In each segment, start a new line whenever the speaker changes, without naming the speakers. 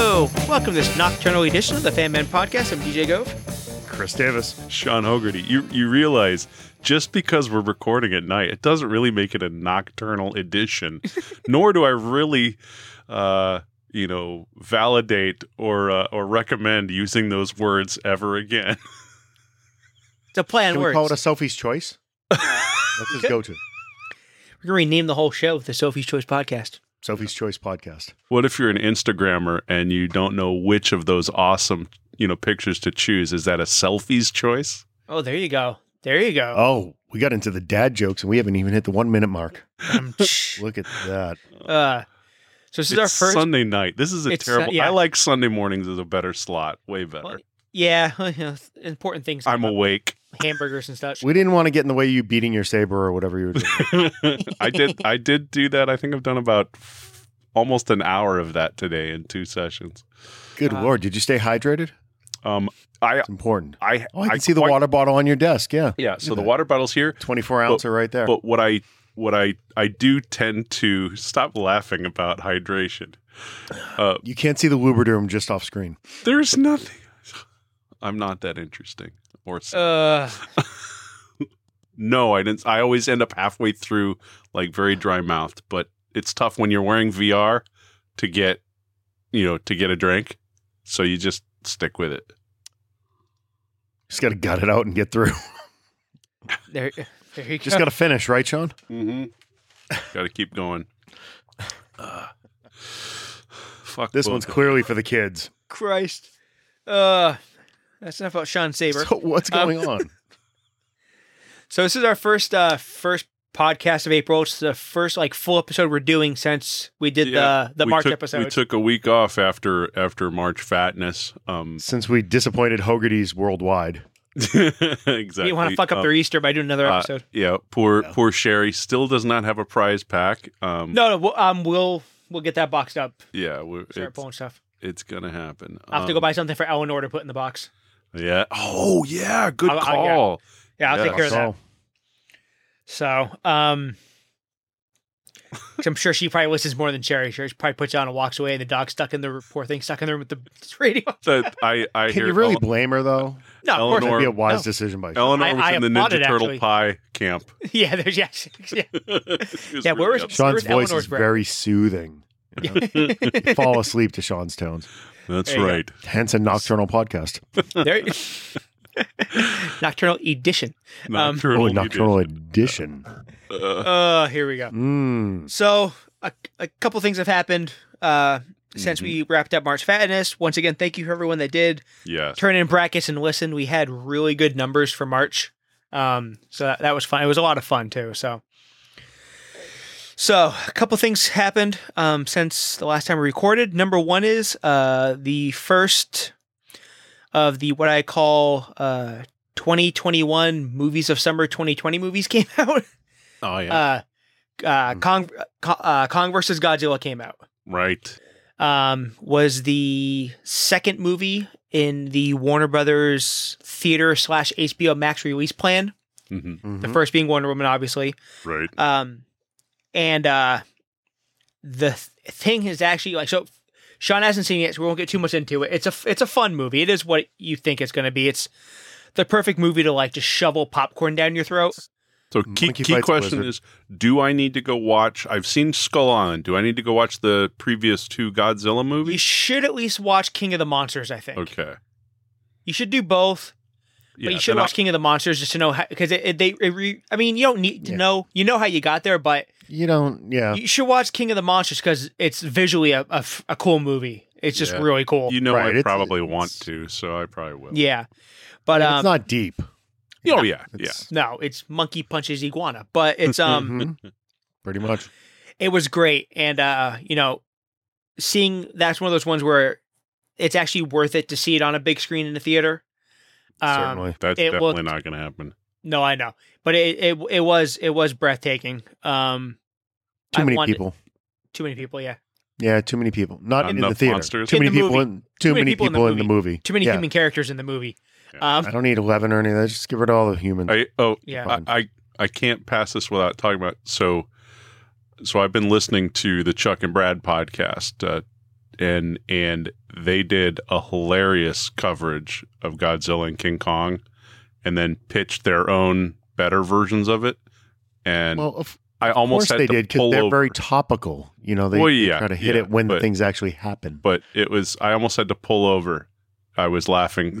welcome to this nocturnal edition of the Fan Man Podcast. I'm DJ Gove.
Chris Davis, Sean Hogarty. You you realize just because we're recording at night, it doesn't really make it a nocturnal edition. nor do I really, uh, you know, validate or uh, or recommend using those words ever again.
It's a play on
Can we
words.
call it a Sophie's choice? That's his go-to.
We're going to rename the whole show the Sophie's Choice Podcast.
Sophie's Choice podcast.
what if you're an Instagrammer and you don't know which of those awesome you know pictures to choose? Is that a selfie's choice?
Oh, there you go. There you go.
Oh, we got into the dad jokes and we haven't even hit the one minute mark.
Um, tsh.
Look at that.
uh, so this is our
It's
first.
Sunday night. This is a
It's, uh,
terrible.
yeah.
I like Sunday mornings as a better slot. Way better.
Well, yeah, important things.
I'm
like
awake.
hamburgers and such.
We didn't want to get in the way of you beating your saber or whatever you were doing.
I did. I did do that. I think I've done about f- almost an hour of that today in two sessions.
Good
Uh,
lord, did you stay hydrated?
Um, I,
It's important.
I,
Oh, I can see the
quite-
water bottle on your desk. Yeah,
Yeah. So
Look at
the
that.
water bottle's here,
twenty-four ouncer right there.
but what I, what I, I do tend to stop laughing about hydration. Uh,
you can't see the Wuberdurm just off screen.
there's nothing. I'm not that interesting. Or s-
Uh,
no, I didn't. I always end up halfway through, like very dry mouthed. But it's tough when you're wearing VR to get, you know, to get a drink. So you just stick with it.
Just got to gut it out and get through.
there, there you go.
Just got to finish, right, Sean?
Mm-hmm. Got to keep going. Uh, fuck.
This
both
one's
of-
clearly for the kids.
Christ. Uh, that's enough about Sean Saber.
So what's
Um,
going on?
So this is our first uh first podcast of April. It's the first like full episode we're doing since we did
Yeah,
the the
we
March
took,
episode.
We took a week off after after March fatness. Um,
Since we disappointed Hogarty's worldwide,
We
exactly.
didn't want to fuck up
Um,
their Easter by doing another
uh,
episode.
yeah, poor
No.
poor Sherry still does not have a prize pack. Um,
No, no, we'll, um, we'll we'll get that boxed up.
yeah, we're,
Start
it's,
pulling stuff.
it's gonna happen. Um,
I'll have to go buy something for Eleanor to put in the box.
Yeah. Oh yeah, good
I'll- I'll- yeah.
call.
Yeah, I'll
yeah,
take care of that.
so
So, um, 'cause I'm sure she probably listens more than Sherry. Sherry probably puts on and walks away, and the dog's stuck in the poor thing stuck in the room with the radio.
That I I
can
hear
you really
El-
blame her though?
No, of course.
That'd
Eleanor-
be a wise
No.
decision by. Sean.
Eleanor
I-
was
I
in the
applauded,
Ninja Turtle
actually.
Pie camp.
Yeah, there's yes, yeah. Yeah,
yeah,
where was-
Sean's
Where's
voice
Eleanor's
is
breath?
very soothing. You fall asleep to Sean's tones.
That's
There you go.
right.
Hence a nocturnal podcast.
There- Nocturnal edition. Um,
Nocturnal,
Oh,
you did.
nocturnal edition.
Uh,
Uh, here we go.
Mm.
So a, a couple things have happened uh, since
Mm-hmm.
we wrapped up March Fatness. Once again, thank you for everyone that did
yes.
turn in brackets and listen. We had really good numbers for March, um, so that, that was fun. It was a lot of fun too. So, so a couple things happened um, since the last time we recorded. Number one is uh, the first of the what I call. Uh, 2021 movies of summer 2020 movies came out.
Oh yeah.
uh, uh,
Mm.
Kong, Kong- uh, Kong versus Godzilla came out.
right.
Um, was the second movie in the Warner Brothers theater slash HBO Max release plan.
hmm
The
Mhm.
first being Wonder Woman, obviously.
Right.
Um, and uh, the th- thing is actually like so. Sean hasn't seen it, so we won't get too much into it. It's a f- it's a fun movie. It is what you think it's going to be. It's the perfect movie to like just shovel popcorn down your throat.
So key,
Monkey
key
fights
question
wizard.
is: Do I need to go watch? I've seen Skull Island. Do I need to go watch the previous two Godzilla
You
movies?
should at least watch King of the Monsters. I think
okay.
you should do both.
Yeah.
but you should
then
watch King of the Monsters just to know because it, it, they. It re, I mean, you don't need to
Yeah.
know. You know how you got there, but
You don't. Yeah.
you should watch King of the Monsters because it's visually a, a f- a cool movie. It's just
Yeah.
really
I,
cool.
you know
Right,
I
it's-
probably
it's-
want to, so I probably will.
yeah, but um,
it's not deep.
Oh yeah. Yeah.
It's-
no, it's monkey punches iguana, but it's um,
Mm-hmm.
Mhm. Pretty much.
it was great, and uh, you know, seeing that's one of those ones where it's actually worth it to see it on a big screen in the theater. Um,
Certainly.
That's
it
definitely
looked-
not going to happen.
no, I know, but it, it it was it was breathtaking. Um,
Too
I
many
wanted-
people.
Too many people, yeah.
Yeah. Too many people. Not
Not
in
enough
the theater.
monsters.
Too
In
many
the
people.
movie.
In, too, many, people, in the movie.
Too many
Yeah.
human characters in the movie.
Yeah.
Um,
I don't need eleven or any of that. Just get rid of all the humans.
I oh
yeah.
Fine.
I, I I can't pass this without talking about so so I've been listening to the Chuck and Brad podcast uh, and and they did a hilarious coverage of Godzilla and King Kong, and then pitched their own better versions of it. And
Well, of
I almost
course
had
they
to
did because
pull
they're
over.
very topical. You know, they,
Well,
they
yeah,
try to hit
yeah,
it when
but-
things actually happen.
but it was I almost had to pull over. I was laughing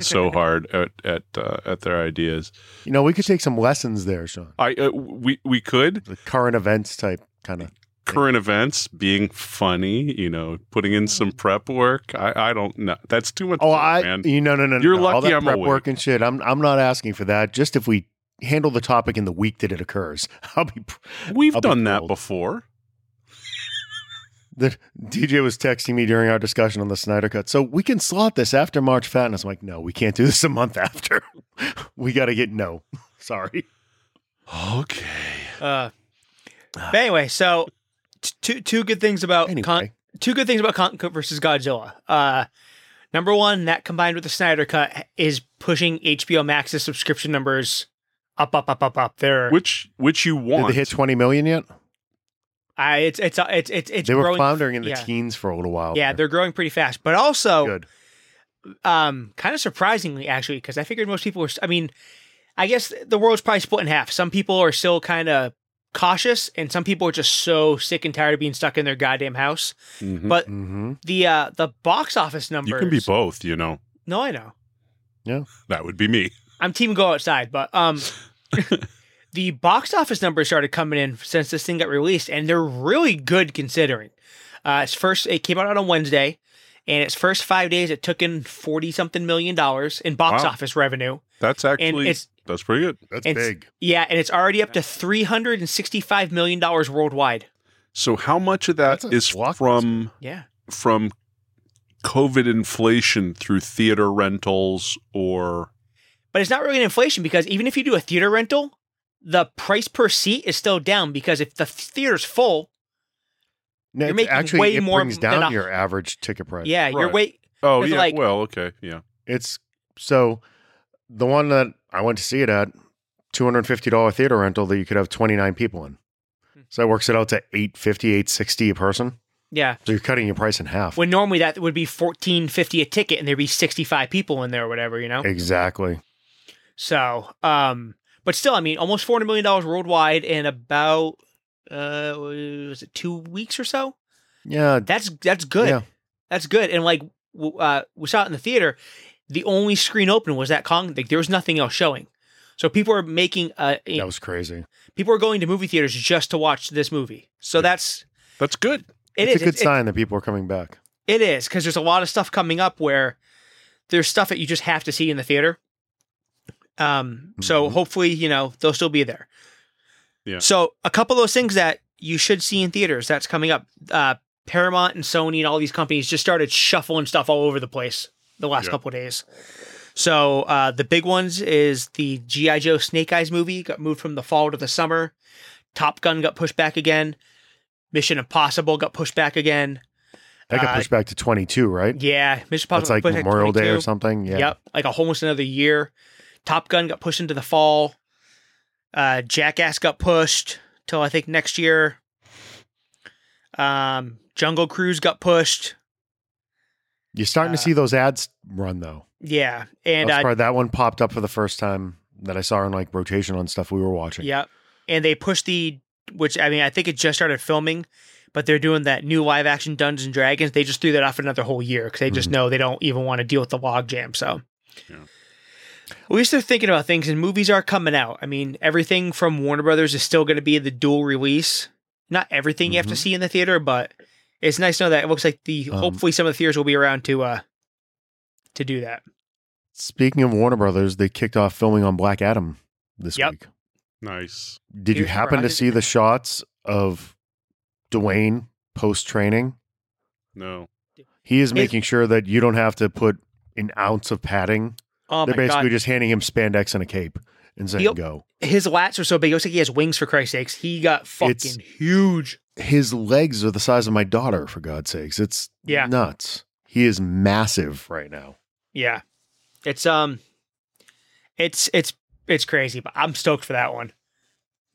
so hard at at uh, at their ideas.
You know, we could take some lessons there, Sean.
I uh, we we could
The current events type kind of.
current events being funny, you know, putting in some prep work. I I don't know. That's too much.
Mm-hmm. Oh,
work,
I
man.
you no no no. no,
You're
no. All
lucky
that
I'm
prep
awake.
work and shit. I'm I'm not asking for that. Just if we handle the topic in the week that it occurs, I'll be. pr-
We've
I'll be
done that
thrilled.
before.
The DJ was texting me during our discussion on the Snyder Cut, so we can slot this after March Fatness. I'm like, no, we can't do this a month after. we got to get no. Sorry.
Okay.
Uh, but anyway, so t- two two good things
Oh,
about
Anyway,
Con- two good things about Kong versus Godzilla. Uh, number one, that combined with the Snyder Cut is pushing HBO Max's subscription numbers up, up, up, up, up. They're
Which which you
did
want?
they hit 20 million yet?
I, it's it's uh, it's it's it's
they were
growing.
floundering in the
yeah.
teens for a little while.
yeah,
there.
they're growing pretty fast, but also
good.
um, kind of surprisingly actually, because I figured most people were. I mean, I guess the world's probably split in half. Some people are still kind of cautious, and some people are just so sick and tired of being stuck in their goddamn house.
Mhm.
But
hmm
the uh the box office numbers.
you can be both. You know
No, I know.
that would be me.
I'm team go outside, but um the box office numbers started coming in since this thing got released and they're really good considering. Uh its first it came out on a Wednesday and its first 5 days it took in 40 something million dollars in box
Wow.
office revenue.
That's actually
it's-
that's pretty good.
That's
It's-
big.
Yeah, and it's already up to 365 million dollars worldwide.
So how much of that
That's a
is
blockbuster.
from
Yeah.
from COVID inflation through theater rentals or
But it's not really an inflation because even if you do a theater rental, the price per seat is still down because if the theater's full,
No,
You're
it's
making
actually,
way
it
more
brings
than
down
a-
your average ticket price.
yeah, you're
Right.
wait
oh
It's
yeah
like-
well okay yeah
It's so the one that I went to see it at, two hundred and fifty dollar theater rental that you could have twenty nine people in.
Hmm.
So that works it out to 850 860 a person.
Yeah.
So you're cutting your price in half.
when normally that would be fourteen fifty a ticket, and there'd be sixty five people in there or whatever, you know.
Exactly.
So, um, but still, I mean, almost four hundred million dollars worldwide in about uh, was it two weeks or so?
Yeah.
That's that's good.
Yeah.
That's good. And like, w- uh, we saw it in the theater. The only screen open was that Kong. Like, there was nothing else showing. So people are making uh,
That was crazy.
people are going to movie theaters just to watch this movie. So that's
that's good
it
it's
is
a good
it's-
sign that people are coming back.
It is because there's a lot of stuff coming up where there's stuff that you just have to see in the theater. Um, so
Mhm.
hopefully, you know, they'll still be there.
Mm-hmm. Yeah.
So a couple of those things that you should see in theaters that's coming up. Uh, Paramount and Sony and all these companies just started shuffling stuff all over the place the last
Yeah.
couple of days. So uh, the big ones is the GI Joe Snake Eyes movie got moved from the fall to the summer. Top Gun got pushed back again. Mission Impossible got pushed back again.
That got
Uh,
pushed back to 22, right?
Yeah, Mission Possible.
That's like Memorial Day or something. Yeah.
Yep, like a almost another year. Top Gun got pushed into the fall. Uh, Jackass got pushed till I think next year. Um, Jungle Cruise got pushed.
You're starting
Uh,
to see those ads run though.
Yeah,
And
and
That's
uh,
probably that one popped up for the first time that I saw in like rotation on stuff we were watching.
yeah, and they pushed the which I mean I think it just started filming, but they're doing that new live action Dungeons and Dragons. They just threw that off another whole year because they just
Mhm.
know they don't even want to deal with the logjam. So.
Yeah.
At least they're thinking about things, and movies are coming out. I mean, everything from Warner Brothers is still going to be the dual release. Not everything you have to
Mhm.
see in the theater, but it's nice to know that it looks like the
Um,
hopefully some of the theaters will be around to uh to do that.
Speaking of Warner Brothers, they kicked off filming on Black Adam this
Yep.
week.
nice
Did you
Here's
happen
where I
to
did-
see the shots of Dwayne post training?
no
He is
Is-
making sure that you don't have to put an ounce of padding.
Oh
They're
my
basically
god,
just handing him spandex and a cape and saying
Yep.
go.
his lats are so big. It looks like he has wings for Christ's sakes. He got fucking
It's-
huge.
His legs are the size of my daughter, for God's sakes. It's
Yeah.
nuts. He is massive right now.
Yeah, it's um, it's it's it's crazy, but I'm stoked for that one.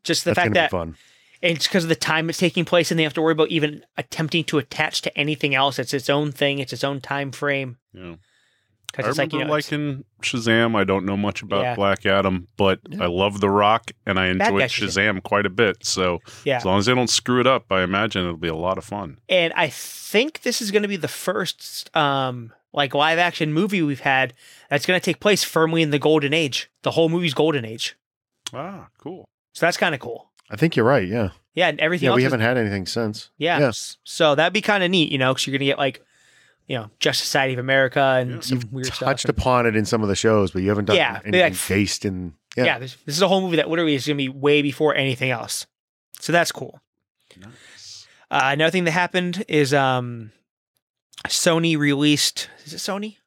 Just the
That's
fact
gonna
that
be fun.
and it's because of the time it's taking place, and they have to worry about even attempting to attach to anything else. It's its own thing. It's its own time frame.
Yeah. I
Because it's
remember
like you know, it's-
liking Shazam. I don't know much about
Yeah.
Black Adam, but
Yeah.
I love The Rock and I
Bad
enjoyed
guy Shazam.
Shazam quite a bit. So
yeah.
as long as they don't screw it up, I imagine it'll be a lot of fun.
and I think this is going to be the first um like live action movie we've had that's going to take place firmly in the golden age. The whole movie's golden age,
Ah, cool.
so that's kind of cool.
I think you're right. Yeah.
Yeah, and everything.
Yeah.
else
We
is-
haven't had anything since.
Yeah.
Yes.
So that'd be kind of neat, you know, because you're gonna get like, you know, Just Society of America and
Yeah.
some weird
Touched
stuff.
upon it in some of the shows, but you haven't done
Yeah, they,
anything
like, f-
based in.
yeah,
Yeah.
this, this is a whole movie that literally is gonna be way before anything else. So that's cool.
Nice.
Uh, another thing that happened is um, Sony released. Is it Sony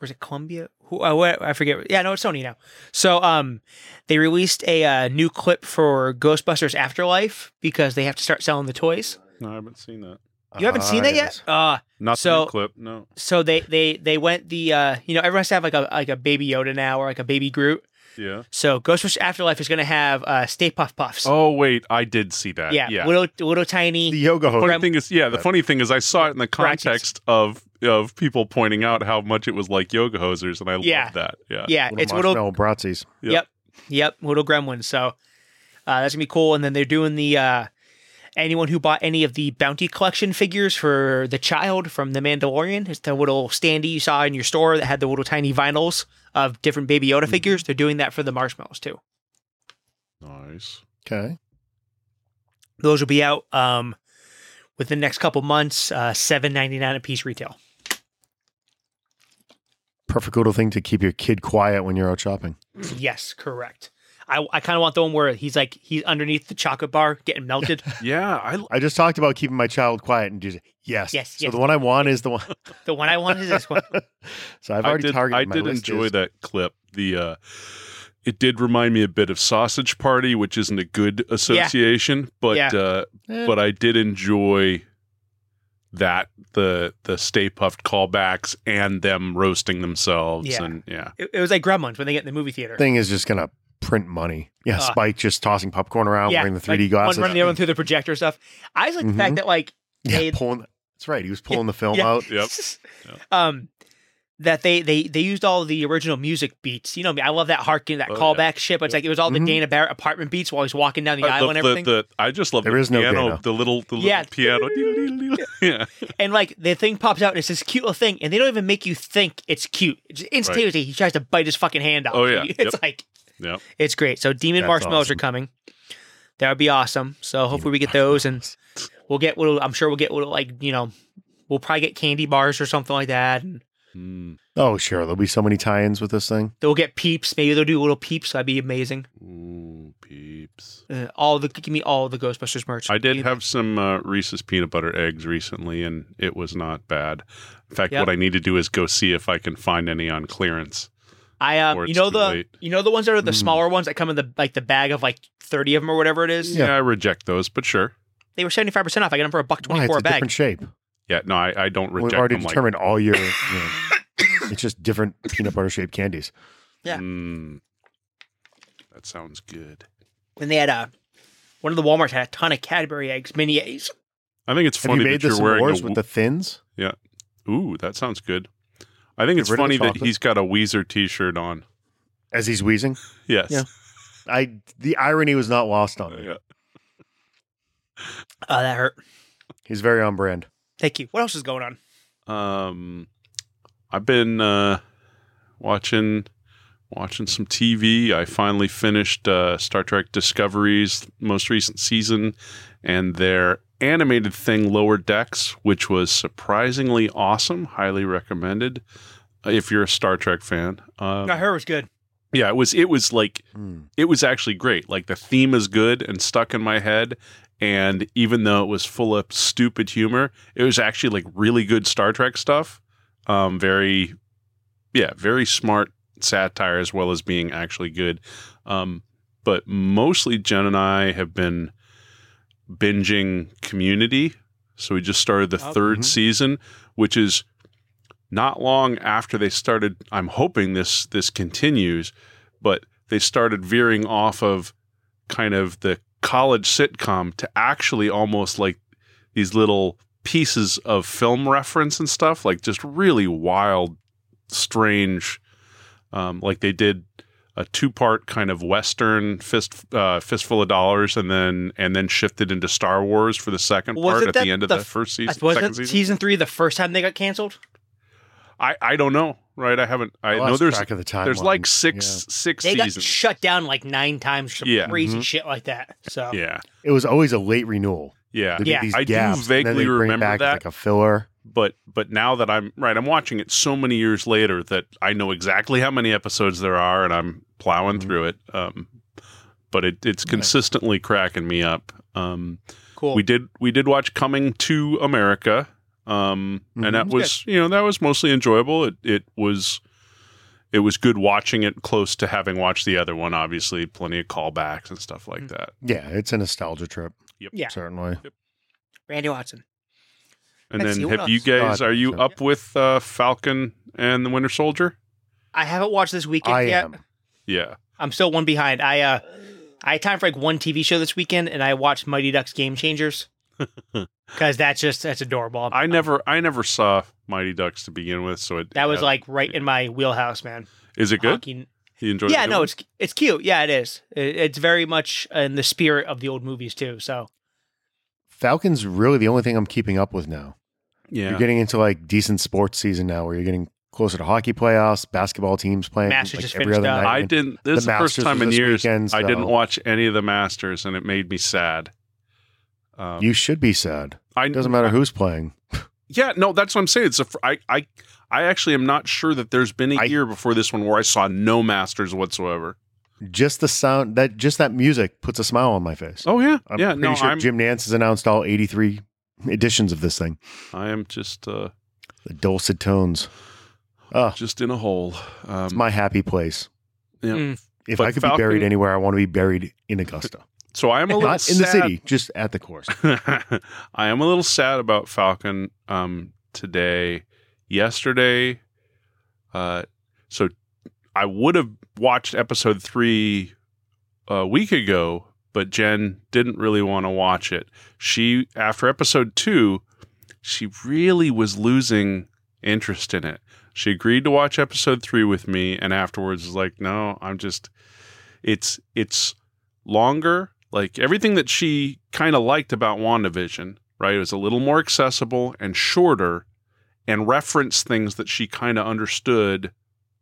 or is it Columbia? Who uh, what, I forget. Yeah, no, it's Sony now. So um, they released a uh, new clip for Ghostbusters Afterlife because they have to start selling the toys.
No, I haven't seen that.
You haven't seen
Ah,
that
yes.
yet? Uh,
Not
So-
the new clip. No.
so they they they went the uh you know everyone has to have like a like a baby Yoda now or like a baby Groot.
Yeah.
So Ghostbusters Afterlife is gonna have uh Stay Puff Puffs.
Oh wait, I did see that.
yeah,
Yeah. yeah.
little little tiny.
The yoga host.
Funny thing is, yeah. The funny thing is, I saw it in the
Crotchets.
context of of people pointing out how much it was like yoga hosers, and I
Yeah.
love that. Yeah.
yeah,
Little
it's little.
marshmallow bratzies.
Yep.
Yep, yep, little gremlins. So uh, that's gonna be cool. And then they're doing the uh anyone who bought any of the bounty collection figures for the child from The Mandalorian, it's the little standee you saw in your store that had the little tiny vinyls of different Baby Yoda figures. They're doing that for the marshmallows too.
Nice.
Okay.
Those will be out um, within the next couple months, uh, seven ninety nine a piece retail.
Perfect little thing to keep your kid quiet when you're out shopping.
Mm.
yes, correct. I, I kind of want the one where he's like he's underneath the chocolate bar getting melted.
Yeah, I
I just talked about keeping my child quiet and just yes.
Yes,
So
yes.
the one I want is the one.
the one I want is this one.
So I've
I
already
did,
targeted.
I
my
did
list
enjoy
is-
that clip. The uh, it did remind me a bit of Sausage Party, which isn't a good association, but
Yeah.
uh,
Eh,
but I did enjoy that the the Stay Puffed callbacks and them roasting themselves
Yeah.
and yeah
It, it was like Gremlins when they get in the movie theater.
thing is just gonna print money. Yeah,
Uh,
Spike just tossing popcorn around
yeah,
wearing the
like,
3D
one
glasses.
running the other one through the projector and stuff. I just like the fact
Mhm.
that like
yeah,
they-
pulling. That's right. He was pulling the film
yeah.
out.
Yep.
um that they they they used all the original music beats. You know me, I love that harking that
Oh, yeah.
callback shit. But it's like it was all
Mhm.
the Dana Barrett apartment beats while he's walking down the
Uh,
aisle and
the,
everything.
the, the- I just love
There
the
is no
piano
Dana.
the little the little
Yeah.
piano yeah
And like the thing pops out and it's this cute little thing, and they don't even make you think it's cute. It's just instantaneously, he tries to bite his fucking hand off.
Oh, yeah.
it's
Yep.
like
Yep.
it's great. So demon
That's
marshmallows
awesome.
are coming. That would be awesome. So hopefully we get those, and we'll get little. I'm sure we'll get little like you know, we'll probably get candy bars or something like that, and
Mm.
Oh, sure. There'll be so many tie-ins with this thing.
they'll get peeps. Maybe they'll do little peeps. That'd be amazing.
Ooh, peeps
Uh, all the give me all the Ghostbusters merch.
I did
Give-
have some uh, Reese's peanut butter eggs recently, and it was not bad. In fact,
Yep.
what I need to do is go see if I can find any on clearance.
I um,
Or
you
it's
know
too
the
late.
you know the ones that are the
Mm.
smaller ones that come in the like the bag of like thirty of them or whatever it is.
Yeah,
Yeah.
I reject those, but sure.
They were seventy five percent off. I got them for a buck
Why?
twenty
It's
four
a
a bag.
different shape.
Yeah, no, I, I don't reject
We've already
them.
determined all your. you know, it's just different peanut butter shaped candies.
Like,
Yeah.
"Mm, that sounds good.
And they had a one of the WalMarts had a ton of Cadbury eggs, mini eggs.
I think it's
Have you
funny
made
that
the
you're wearing
s'mores
a
with the thins?
Wee- ooh. That sounds good. I think
Get
it's
rid of the
funny that
chocolate?
he's got a Weezer T-shirt on.
As he's wheezing,
Yes.
Yeah. I the irony was not lost on me.
Yeah.
Oh, that hurt.
He's very on brand.
Thank you. What else is going on?
Um, I've been uh, watching watching some TV. I finally finished uh, Star Trek Discovery's most recent season and their animated thing Lower Decks, which was surprisingly awesome. Highly recommended uh, if you're a Star Trek fan. Um,
no, her was good.
yeah, it was it was like
Hmm.
it was actually great. Like the theme is good and stuck in my head. And even though it was full of stupid humor, it was actually like really good Star Trek stuff. Um, very, yeah, very smart satire as well as being actually good. Um, but mostly Jen and I have been binging Community. So we just started the
Oh.
3rd
Mhm.
season, which is not long after they started. I'm hoping this this continues, but they started veering off of kind of the college sitcom to actually almost like these little pieces of film reference and stuff, like just really wild, strange. Um, like they did a two-part kind of western fist uh, fistful of dollars, and then and then shifted into Star Wars for the 2nd
Wasn't
part at
that
the end of
the
the,
f-
first season.
Wasn't
second
season?
season.
three the first time they got canceled?
I I don't know, right? I haven't. I
Lost
know there's
track of the time.
there's like six six
They got
seasons.
shut down like nine times. Some
Yeah. Mm-hmm.
crazy
Mhm.
shit like that. So
yeah,
It was always a late renewal.
yeah.
There'd be
Yeah.
these
I do
gaps, and then
vaguely
they'd bring it
remember
back as,
that.
like a filler.
but but now that I'm right, I'm watching it so many years later that I know exactly how many episodes there are, and I'm plowing
Mhm.
through it. Um, but it, it's
Nice.
consistently cracking me up. Um,
cool.
we did we did watch Coming to America, um,
Mhm.
and that was you know that was mostly enjoyable. It it was it was good watching it close to having watched the other one. Obviously, plenty of callbacks and stuff like
Mhm.
that.
Yeah, it's a nostalgia trip.
Yep.
Yeah.
certainly.
Randy Watson.
And
Let's see,
then
what
have you
else?
guys
God,
are you
so-
up with uh, Falcon and the Winter Soldier?
I haven't watched this weekend
I
yet.
am.
Yeah.
I'm still one behind. I uh, I had time for like one TV show this weekend, and I watched Mighty Ducks Game Changers because that's just that's adorable.
I never I never saw Mighty Ducks to begin with, so it
that was
yeah.
like right in my wheelhouse, man.
Is it good?
Hockey-
You enjoyed
Yeah,
it?
no, it's it's cute. Yeah, it is. It, it's very much in the spirit of the old movies too. So
Falcons really the only thing I'm keeping up with now.
yeah.
You're getting into like decent sports season now, where you're getting closer to hockey playoffs, basketball teams playing
Masters
like,
just
every
finished
other
up.
night.
I
And
didn't this is the first
Masters
time
was
in
this
years
weekend,
I didn't
so-
watch any of the Masters and it made me sad. Um,
You should be sad.
I
It doesn't matter who's playing.
Yeah, no, that's what I'm saying. It's a fr- I I I actually am not sure that there's been a
I-
year before this one where I saw no Masters whatsoever.
Just the sound that just that music puts a smile on my face.
Oh yeah.
I'm
yeah,
pretty
no,
sure
I'm
Jim Nance has announced all 83 editions of this thing.
I am just uh
The dulcet tones. Oh,
just in a hole. Um
it's my happy place.
yeah.
Mm.
If
But
I could
Falcon-
be buried anywhere, I want to be buried in Augusta,
so I'm a little
not in the
sad-
city, just at the course.
I am a little sad about Falcon um, today. Yesterday, uh, so I would have watched episode three a week ago, but Jen didn't really want to watch it. She, after episode two, she really was losing interest in it. She agreed to watch episode three with me, and afterwards was like, "No, I'm just it's it's longer. Like everything that she kind of liked about WandaVision, right? It was a little more accessible and shorter, and referenced things that she kind of understood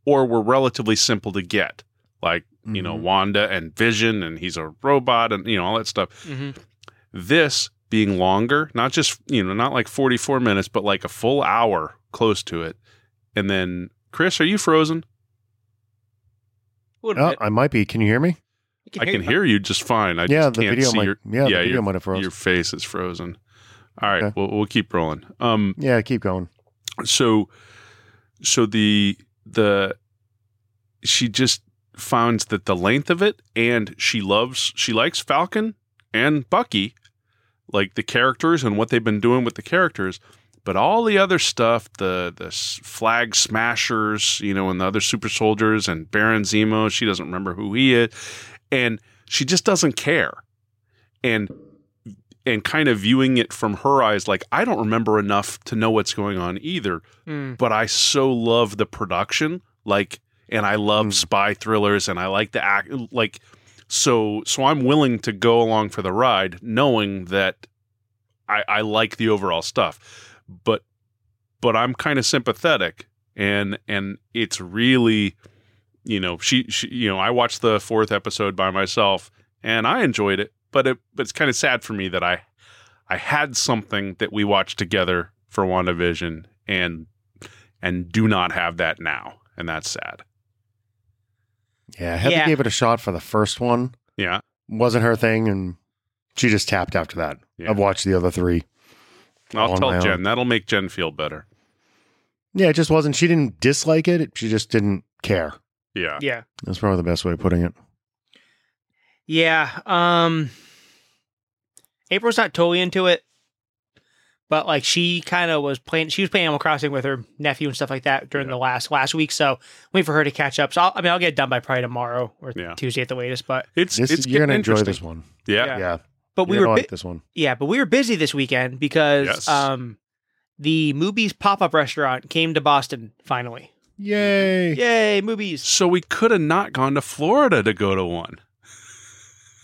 or were relatively simple to get, like you know
Mhm.
Wanda and Vision, and he's a robot, and you know all that stuff
mhm.
this being longer, not just, you know, not like 44 minutes, but like a full hour close to it. And then, Chris, are you frozen?
A little
Oh,
bit.
I might be. Can you hear me?
I
uh
can hear you just fine. I
yeah,
just
the
can't
video
see
might.
your,
yeah,
yeah,
the video
your-
might have frozen.
your face is frozen. All right,
Okay.
we'll, we'll keep rolling. Um,
Yeah, keep going.
so, so the, the, she just finds that the length of it and she loves, she likes Falcon and Bucky, like the characters and what they've been doing with the characters. But all the other stuff, the the s- flag smashers, you know, and the other super soldiers and Baron Zemo, she doesn't remember who he is, and she just doesn't care, and and kind of viewing it from her eyes, like I don't remember enough to know what's going on either
Mm.
but I so love the production. Like, and I love
Mm.
spy thrillers, and I like the act. Like, so so I'm willing to go along for the ride, knowing that I, I like the overall stuff. But but I'm kind of sympathetic, and and it's really, you know, she, she you know I watched the fourth episode by myself, and I enjoyed it, but it but it's kind of sad for me that I I had something that we watched together for WandaVision and and do not have that now. And that's sad.
Yeah, Heather
Yeah.
gave it a shot for the first one.
Yeah.
Wasn't her thing, and she just tapped after that.
Yeah.
I've watched the other three. On
I'll
my
tell
own.
Jen. That'll make Jen feel better.
Yeah, it just wasn't. She didn't dislike it. She just didn't care.
Yeah.
Yeah,
That's probably the best way of putting it.
yeah. Um, April's not totally into it, but like she kind of was playing she was playing Animal Crossing with her nephew and stuff like that during the last last week so wait for her to catch up so I'll, I mean I'll get it done by probably tomorrow or
Yeah.
Tuesday at the latest but
It's
This,
it's
you're gonna
getting
enjoy
interesting.
this one.
Yeah.
Yeah.
Yeah,
but we
you're
were
gonna
bu-
like this one.
yeah but we were busy this weekend because
Yes.
um the movies pop up restaurant came to Boston finally
Yay!
yay movies
So we could have not gone to Florida to go to one.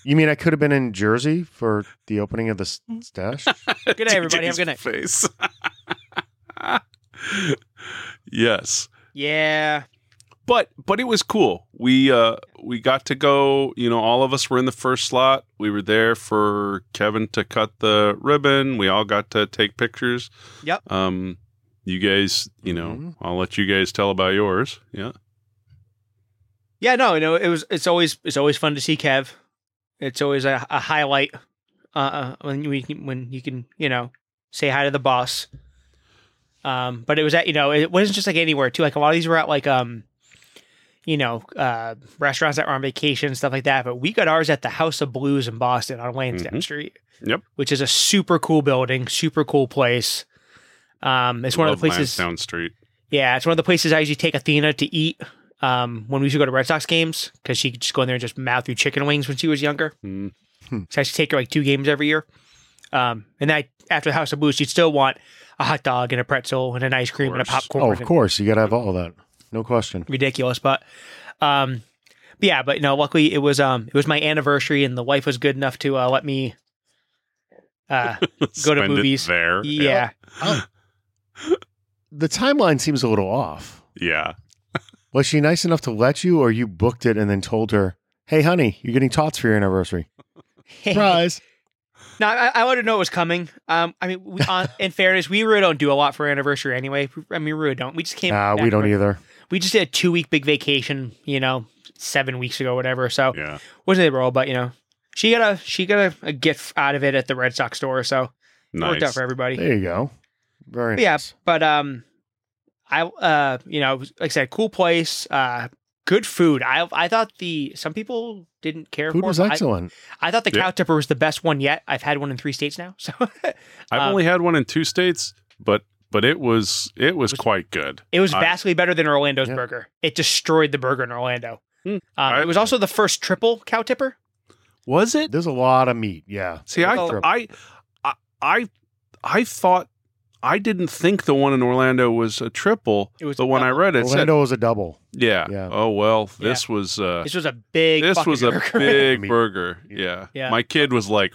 You mean I could have been in Jersey for the opening of the s-
Mm-hmm.
stash?
good night everybody have a good night
DJ's Face. yes.
yeah
but but it was cool. We uh we got to go. You know, all of us were in the first slot. We were there for Kevin to cut the ribbon. We all got to take pictures.
Yep. Mm-hmm.
Um, you guys, you know,
Mhm.
I'll let you guys tell about yours. Yeah.
yeah no you know it was it's always it's always fun to see Kev it's always a, a highlight uh uh, when we can- when you can you know say hi to the boss um but it was at you know it wasn't just like anywhere too like a lot of these were at like um you know uh restaurants that were on vacation stuff like that but we got ours at the House of Blues in Boston on Lansdowne
Mhm.
Street
Yep.
which is a super cool building super cool place um it's one of
Love
the places
Lansdowne Street.
yeah, it's one of the places I usually take Athena to eat um, when we used to go to Red Sox games because she could just go in there and just mouth through chicken wings when she was younger.
Mm.
So I used to take her like two games every year. Um, and then I, after the House of Blues, she'd still want a hot dog and a pretzel and an ice cream and a
course.
popcorn.
oh, of
and-
course. You got to have all that. No question.
ridiculous. But um, but yeah, but no, luckily it was um, it was my anniversary and the wife was good enough to uh, let me. Uh,
Spend it
movies.
there.
yeah,
The timeline seems a little off.
Yeah.
Was she nice enough to let you, or you booked it and then told her, "Hey, honey, you're getting tots for your anniversary surprise"?
No, I, I wanted to know it was coming. Um, I mean, we, on, in fairness, we really don't do a lot for our anniversary anyway. I mean, we really don't. We just came.
nah,
back
we don't
from-
either.
We just did a two week big vacation. You know, seven weeks ago, whatever. So
Yeah.
wasn't able, but you know, she got a she got a, a gift out of it at the Red Sox store, so it worked out
Nice.
for everybody.
There you go. Very
But yeah,
nice.
but um, I uh, you know, like I said, cool place. Uh, good food. I I thought the some people didn't care
Food
for.
was
it, but I-
excellent.
I, thought the
Yeah.
cow tipper was the best one yet. I've had one in three states now, so.
I've
um,
only had one in two states, but but it was it was
Was-
quite good.
It was
I-
vastly better than Orlando's
Yeah.
burger. It destroyed the burger in Orlando.
Hmm.
Um,
I-
it was also the first triple cow tipper.
Was it?
There's a lot of meat. Yeah.
See, I,
Well-
I, I, I, I thought I didn't think the one in Orlando was a triple.
It was
but when I
double.
read it, it said,
Orlando was a double.
yeah,
Yeah.
Oh well, this was uh,
This was a big.
this
fucking
was a
burger.
big
Meat.
burger.
Yeah.
Yeah.
Yeah.
my kid was like,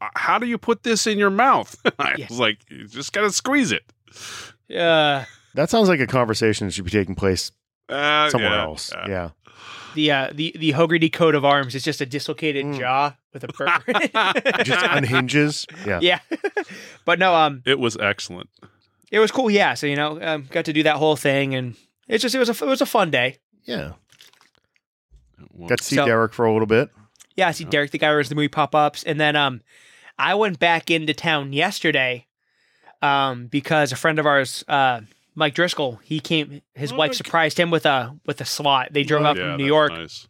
"Uh, "How do you put this in your mouth?" I
Yeah.
was like, "You just gotta squeeze it."
uh,
That sounds like a conversation that should be taking place
Uh,
somewhere
yeah,
else.
yeah.
yeah.
the uh, the the Hogarty coat of arms is just a dislocated
Mm.
jaw with a burger.
Just unhinges. Yeah.
yeah, but no, um,
It was excellent.
it was cool. Yeah, so you know, um, got to do that whole thing, and it's just it was a it was a fun day.
Yeah.
It was-
Got to see
So-
Derek for a little bit.
Yeah, I see Derek, the guy who runs the movie pop ups, and then um, I went back into town yesterday, um, because a friend of ours, uh, Mike Driscoll, he came. His wife
Mike.
surprised him with a with a slot. They drove
Mike.
out
Oh, yeah,
from New
that's
York,
Nice.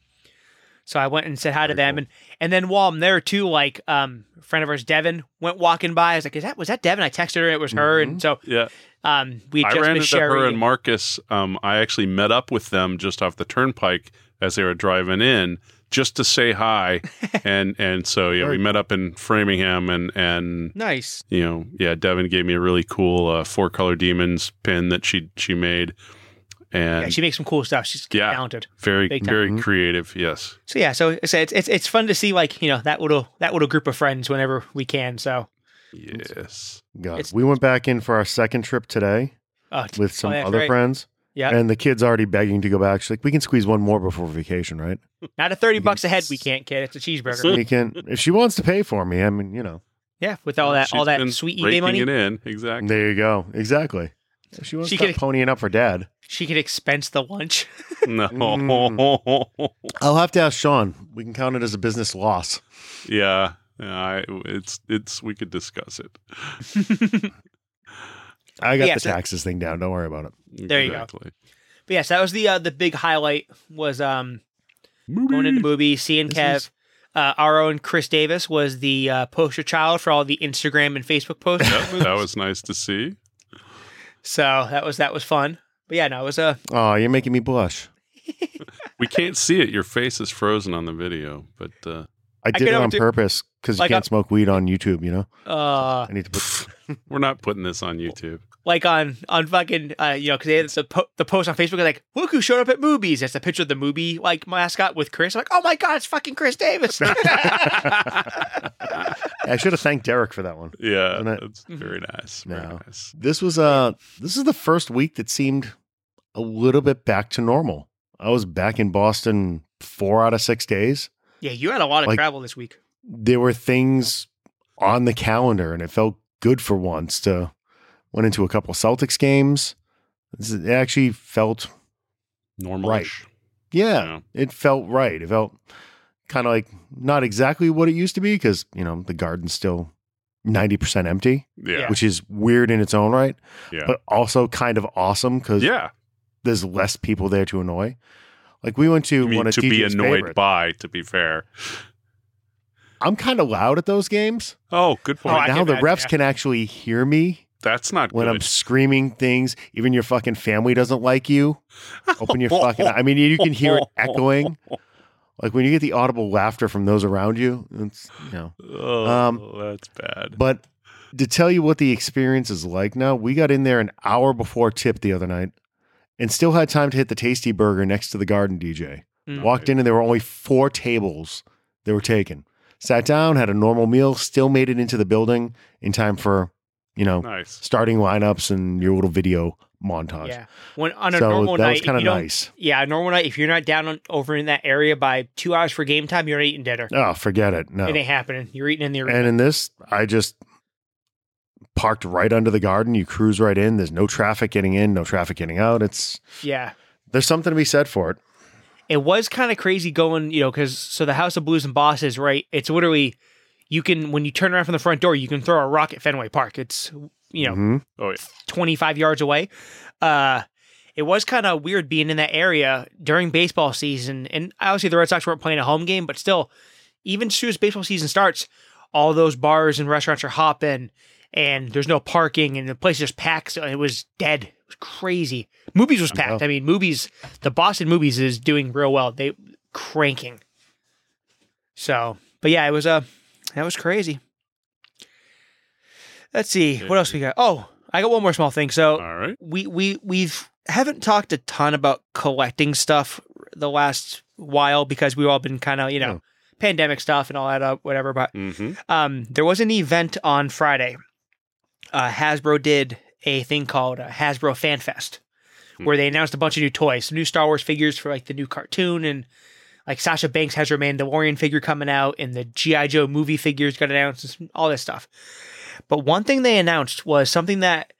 so I went and said hi to
Very
them,
cool.
and and then while I'm there too, like um, a friend of ours, Devin, went walking by. I was like, "Is that was that Devin?" I texted her, and it was her, and so
Yeah.
um, we had
Mm-hmm. I
just
ran
missed
into
Sherry.
her and Marcus. Um, I actually met up with them just off the turnpike as they were driving in, just to say hi, and and so yeah,
Very
we met up in Framingham, and and
nice.
you know yeah, Devin gave me a really cool uh, four color demons pin that she she made, and
Yeah, she makes some cool stuff. She's
Yeah.
talented.
very
big time.
very
Mhm.
creative. Yes,
So yeah, so it's it's it's- it's fun to see like you know that little that little group of friends whenever we can. So
yes.
God.
It's-
we went back in for our second trip today
uh,
with some
that's
other
right.
friends.
Yeah.
And the kid's already begging to go back. She's like, we can squeeze one more before vacation, right?
Not at thirty
You can
bucks a head,
s-
we can't kid. It's a cheeseburger.
We can, if she wants to pay for me, I mean, you know,
yeah, with all that all
She's
that
been
sweet
raking
eBay money,
it in exactly.
there you go. Exactly. If she wants
She
to
could-
stop ponying up for dad,
she could expense the lunch.
No,
I'll have to ask Sean. We can count it as a business loss.
yeah, I, it's it's we could discuss it.
I got
Yeah,
the
so-
taxes thing down. Don't worry about it.
There you go. But yes, that was the uh, the big highlight was um
you
going into the movie, seeing
This
Kev.
is-
Uh, our own Chris Davis was the uh, poster child for all the Instagram and Facebook posts.
Yep, that was nice to see.
So that was that was fun. But yeah, no, it was a
Oh, you're making me blush.
We can't see it. Your face is frozen on the video, but uh,
I did
could
it on
overdo-
purpose because you
Like
can't
a-
smoke weed on YouTube. You know,
uh,
I need to put.
we're not putting this on YouTube.
like on on fucking uh, you know because they had the, po- the post on Facebook was like look who showed up at movies. That's a picture of the movie like mascot with Chris. I'm like oh my god, it's fucking Chris Davis.
I should have thanked Derek for that one.
Yeah,
Isn't it?
that's very nice. Very
No.
nice.
This was uh this is the first week that seemed a little bit back to normal. I was back in Boston four out of six days.
yeah, you had a lot of
Like-
travel this week.
There were things on the calendar, and it felt good for once to went into a couple Celtics games. This is- It actually felt
Normal.
yeah,
Yeah.
it felt right. It felt kind of like not exactly what it used to be because you know the garden's still ninety percent empty,
Yeah.
which is weird in its own right,
Yeah.
but also kind of awesome because
Yeah.
there's less people there to annoy. Like we went to
You mean
one of
to be
TJ's
annoyed
favorites.
by, to be fair.
I'm kind of loud at those games.
Oh, good
Oh,
point.
I
now
can
the
imagine,
refs
yeah.
can actually hear me
that's not
when
good.
I'm screaming things. Even your fucking family doesn't like you. Open your fucking. I mean, you can hear it echoing. Like when you get the audible laughter from those around you. It's you know.
oh,
Um,
that's bad.
But to tell you what the experience is like now, we got in there an hour before tip the other night and still had time to hit the tasty burger next to the garden DJ.
Mm.
Walked in and there were only four tables that were taken. Sat down, had a normal meal, still made it into the building in time for, you know,
nice.
starting lineups and your little video montage.
Yeah, when on a
so
normal
that
night,
was
if
kind of
you don't-
nice.
Yeah, a normal night. If you're not down on, over in that area by two hours for game time, you're not eating dinner.
Oh, forget it. No.
It ain't happening. You're eating in the arena.
And in this, I just parked right under the garden. You cruise right in. There's no traffic getting in, no traffic getting out. It's
yeah,
there's something to be said for it.
it was kind of crazy going. You know, because so the House of Blues and Boss is right. It's literally you can when you turn around from the front door, you can throw a rock at Fenway Park. It's you know
Mhm.
Oh, yeah.
25 yards away. Uh, it was kind of weird being in that area during baseball season. And obviously, the Red Sox weren't playing a home game, but still, even as soon as baseball season starts, all those bars and restaurants are hopping, and there's no parking, and the place is just packed. So it was dead. It was crazy. Movies was packed.
know.
I mean, movies, the Boston movies is doing real well. They cranking. So, but yeah, it was uh, that was crazy. Let's see what else we got. Oh, I got one more small thing.
Oh.
So
All right.
we we we've haven't talked a ton about collecting stuff the last while because we've all been kind of you know
Hmm.
pandemic stuff and all that uh, whatever. But
Mm-hmm.
um, there was an event on Friday. Uh, Hasbro did a thing called uh, Hasbro Fan Fest, where they announced a bunch of new toys, new Star Wars figures for like the new cartoon, and like Sasha Banks has her Mandalorian figure coming out, and the GI Joe movie figures got announced, and some- all this stuff. But one thing they announced was something that,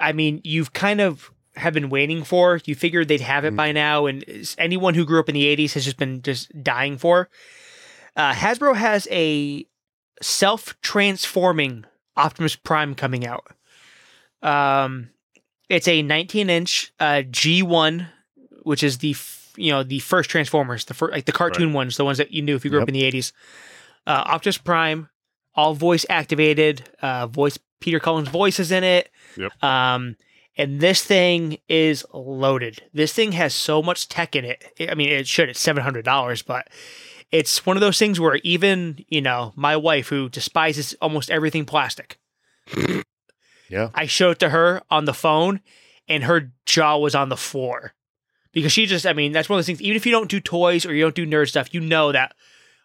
I mean, you've kind of have been waiting for. You figured they'd have it by now, and s- anyone who grew up in the '80s has just been just dying for. Uh, Hasbro has a self-transforming Optimus Prime coming out. Um, it's a 19-inch uh, G1, which is the f- you know the first Transformers, the first like the cartoon ones, the ones that you knew if you grew up
Yep.
in the 80s. Uh, Optimus Prime, all voice activated. Uh, voice Peter Cullen's voice is in it.
Yep.
Um, and this thing is loaded. This thing has so much tech in it. I mean, it should. It's seven hundred dollars, but it's one of those things where even you know my wife, who despises almost everything plastic,
Yeah.
I showed it to her on the phone, and her jaw was on the floor because she just. I mean, that's one of those things. Even if you don't do toys or you don't do nerd stuff, you know that.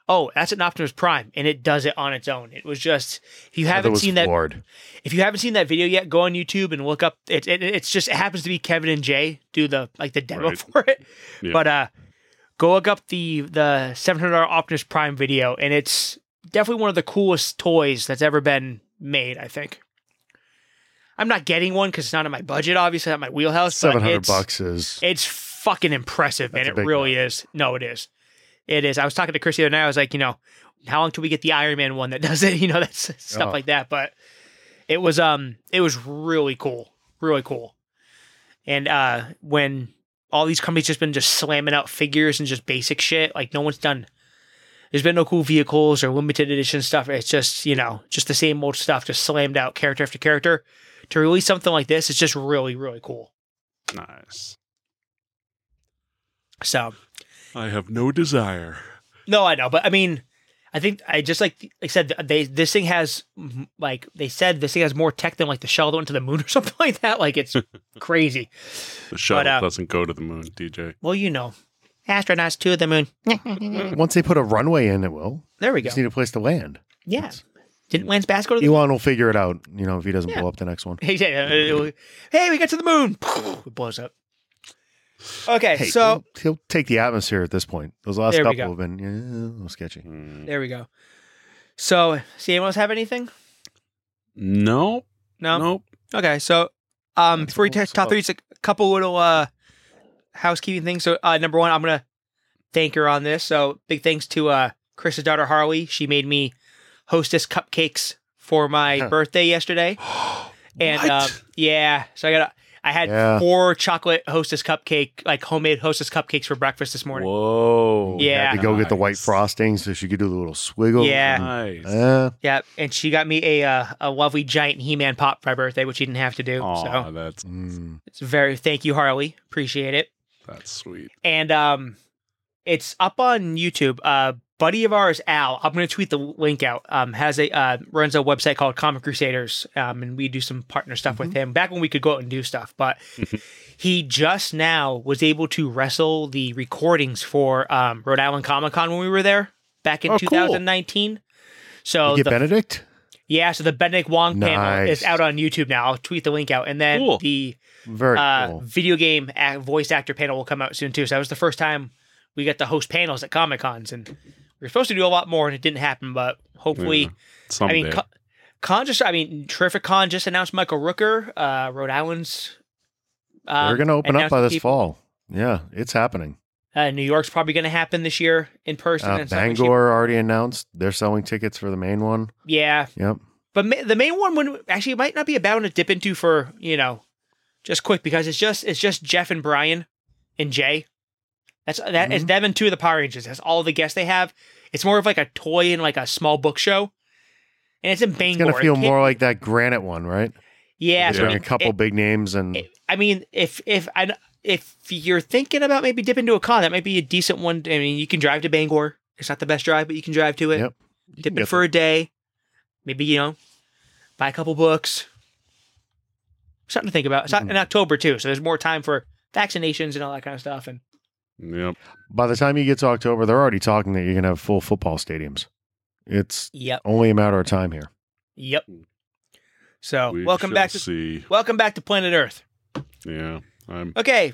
Oh, that's an Optimus Prime, and it does it on its own. It was just if you haven't seen that
Floored.
if you haven't seen that video yet, go on YouTube and look up. It, it it's just it happens to be Kevin and Jay do the like the demo
Right.
for it.
Yeah.
But uh, go look up the the seven hundred dollar Optimus Prime video, and it's definitely one of the coolest toys that's ever been made. I think. I'm not getting one because it's not in my budget, obviously, not my wheelhouse. but
Seven hundred
it's-
bucks is
it's fucking impressive,
That's
and
a
it
big
really is. No, it is. It is. I was talking to Chris the other night. I was like, you know, how long till we get the Iron Man one that does it? You know, that's stuff
Oh.
like that. But it was um, it was really cool, really cool. And uh, when all these companies just been just slamming out figures and just basic shit, like no one's done. There's been no cool vehicles or limited edition stuff. It's just you know just the same old stuff, just slammed out character after character. To release something like this, it's just really really cool.
Nice.
So
I have no desire.
no, I know, but I mean, I think I just like like I said they this thing has mm, like they said this thing has more tech than like the shell that went to the moon or something like that. Like it's crazy.
The shuttle
uh,
doesn't go to the moon, DJ.
Well, you know, astronauts to the moon.
Once they put a runway in, it will.
There we
You
go.
just need a place to land.
Yeah. Didn't Lance Bass go to the
Elon will figure it out, you know, if he doesn't
Yeah.
blow up the next one.
Hey, yeah, it will- hey, we got to the moon. It blows up. Okay,
Hey,
so
he'll, he'll take the atmosphere at this point. Those last
There we
couple
go.
have been yeah, a little sketchy.
Mm.
there we go. So, see anyone else have anything?
Nope.
No.
Nope.
Okay, so um,
That's
before we
cool.
touch top three, just a couple little uh housekeeping things. So, uh, number one, I'm gonna thank her on this. So, big thanks to uh Chris's daughter Harley. She made me hostess cupcakes for my
Huh.
birthday yesterday. And
What?
uh, yeah, so I got a, I had
Yeah.
four chocolate hostess cupcake, like homemade hostess cupcakes for breakfast this morning.
Whoa.
Yeah.
Had to go get the white
Nice.
frosting so she could do the little swiggle.
Yeah.
Nice.
Uh,
Yeah, and she got me a uh, a lovely giant He-Man pop for my birthday, which she didn't have to do.
Aw,
So
that's
mm,
it's very thank you, Harley. Appreciate it.
that's sweet.
And um, it's up on YouTube. Uh, buddy of ours, Al. I'm gonna tweet the link out. Um, has a uh, runs a website called Comic Crusaders. Um, and we do some partner stuff with him. Back when we could go out and do stuff, but he just now was able to wrestle the recordings for um Rhode Island Comic Con when we were there back in
Oh, cool.
2019. So
you get
the
Benedict?
Yeah, so the Benedict Wong panel
Nice.
is out on YouTube now. I'll tweet the link out, and then
Cool.
the
Very
uh,
cool.
video game ac voice actor panel will come out soon too. So that was the first time we got to host panels at Comic Cons, and we were supposed to do a lot more, and it didn't happen. But hopefully,
Yeah. Someday.
I mean, Con, Con just, I mean, terrific. Con just announced Michael Rooker, uh, Rhode Island's. Um,
They're going to open up by
announced
this
people.
fall. Yeah, it's happening.
Uh, New York's probably going to happen this year in person.
Uh,
and stuff, and she-
Bangor already announced they're selling tickets for the main one.
yeah,
Yep.
But ma- the main one would actually it might not be a bad one to dip into for you know, just quick because it's just it's just Jeff and Brian, and Jay. That's that it's
Mm-hmm.
them and two of the Power Rangers. That's all the guests they have. It's more of like a toy and like a small book show, and it's in Bangor.
It's going to
It
feel
can't-
more like that granite one, right?
Yeah,
They
so
bring a
it-
couple
it-
big names and
it- I mean, if if I if you're thinking about maybe dipping into a con, that might be a decent one. I mean, you can drive to Bangor. It's not the best drive, but you can drive to it.
Yep. you can
Dip it
get
for a day. Maybe you know, buy a couple books. Something to think about. It's
Mm-hmm.
not in October too, so there's more time for vaccinations and all that kind of stuff. And
yep.
By the time you get to October, they're already talking that you're going to have full football stadiums. It's
yep,
only a matter of time here.
yep. So
Hmm. We
Oh, welcome back
shall
to
see.
welcome back to planet Earth.
Yeah. I'm
Okay,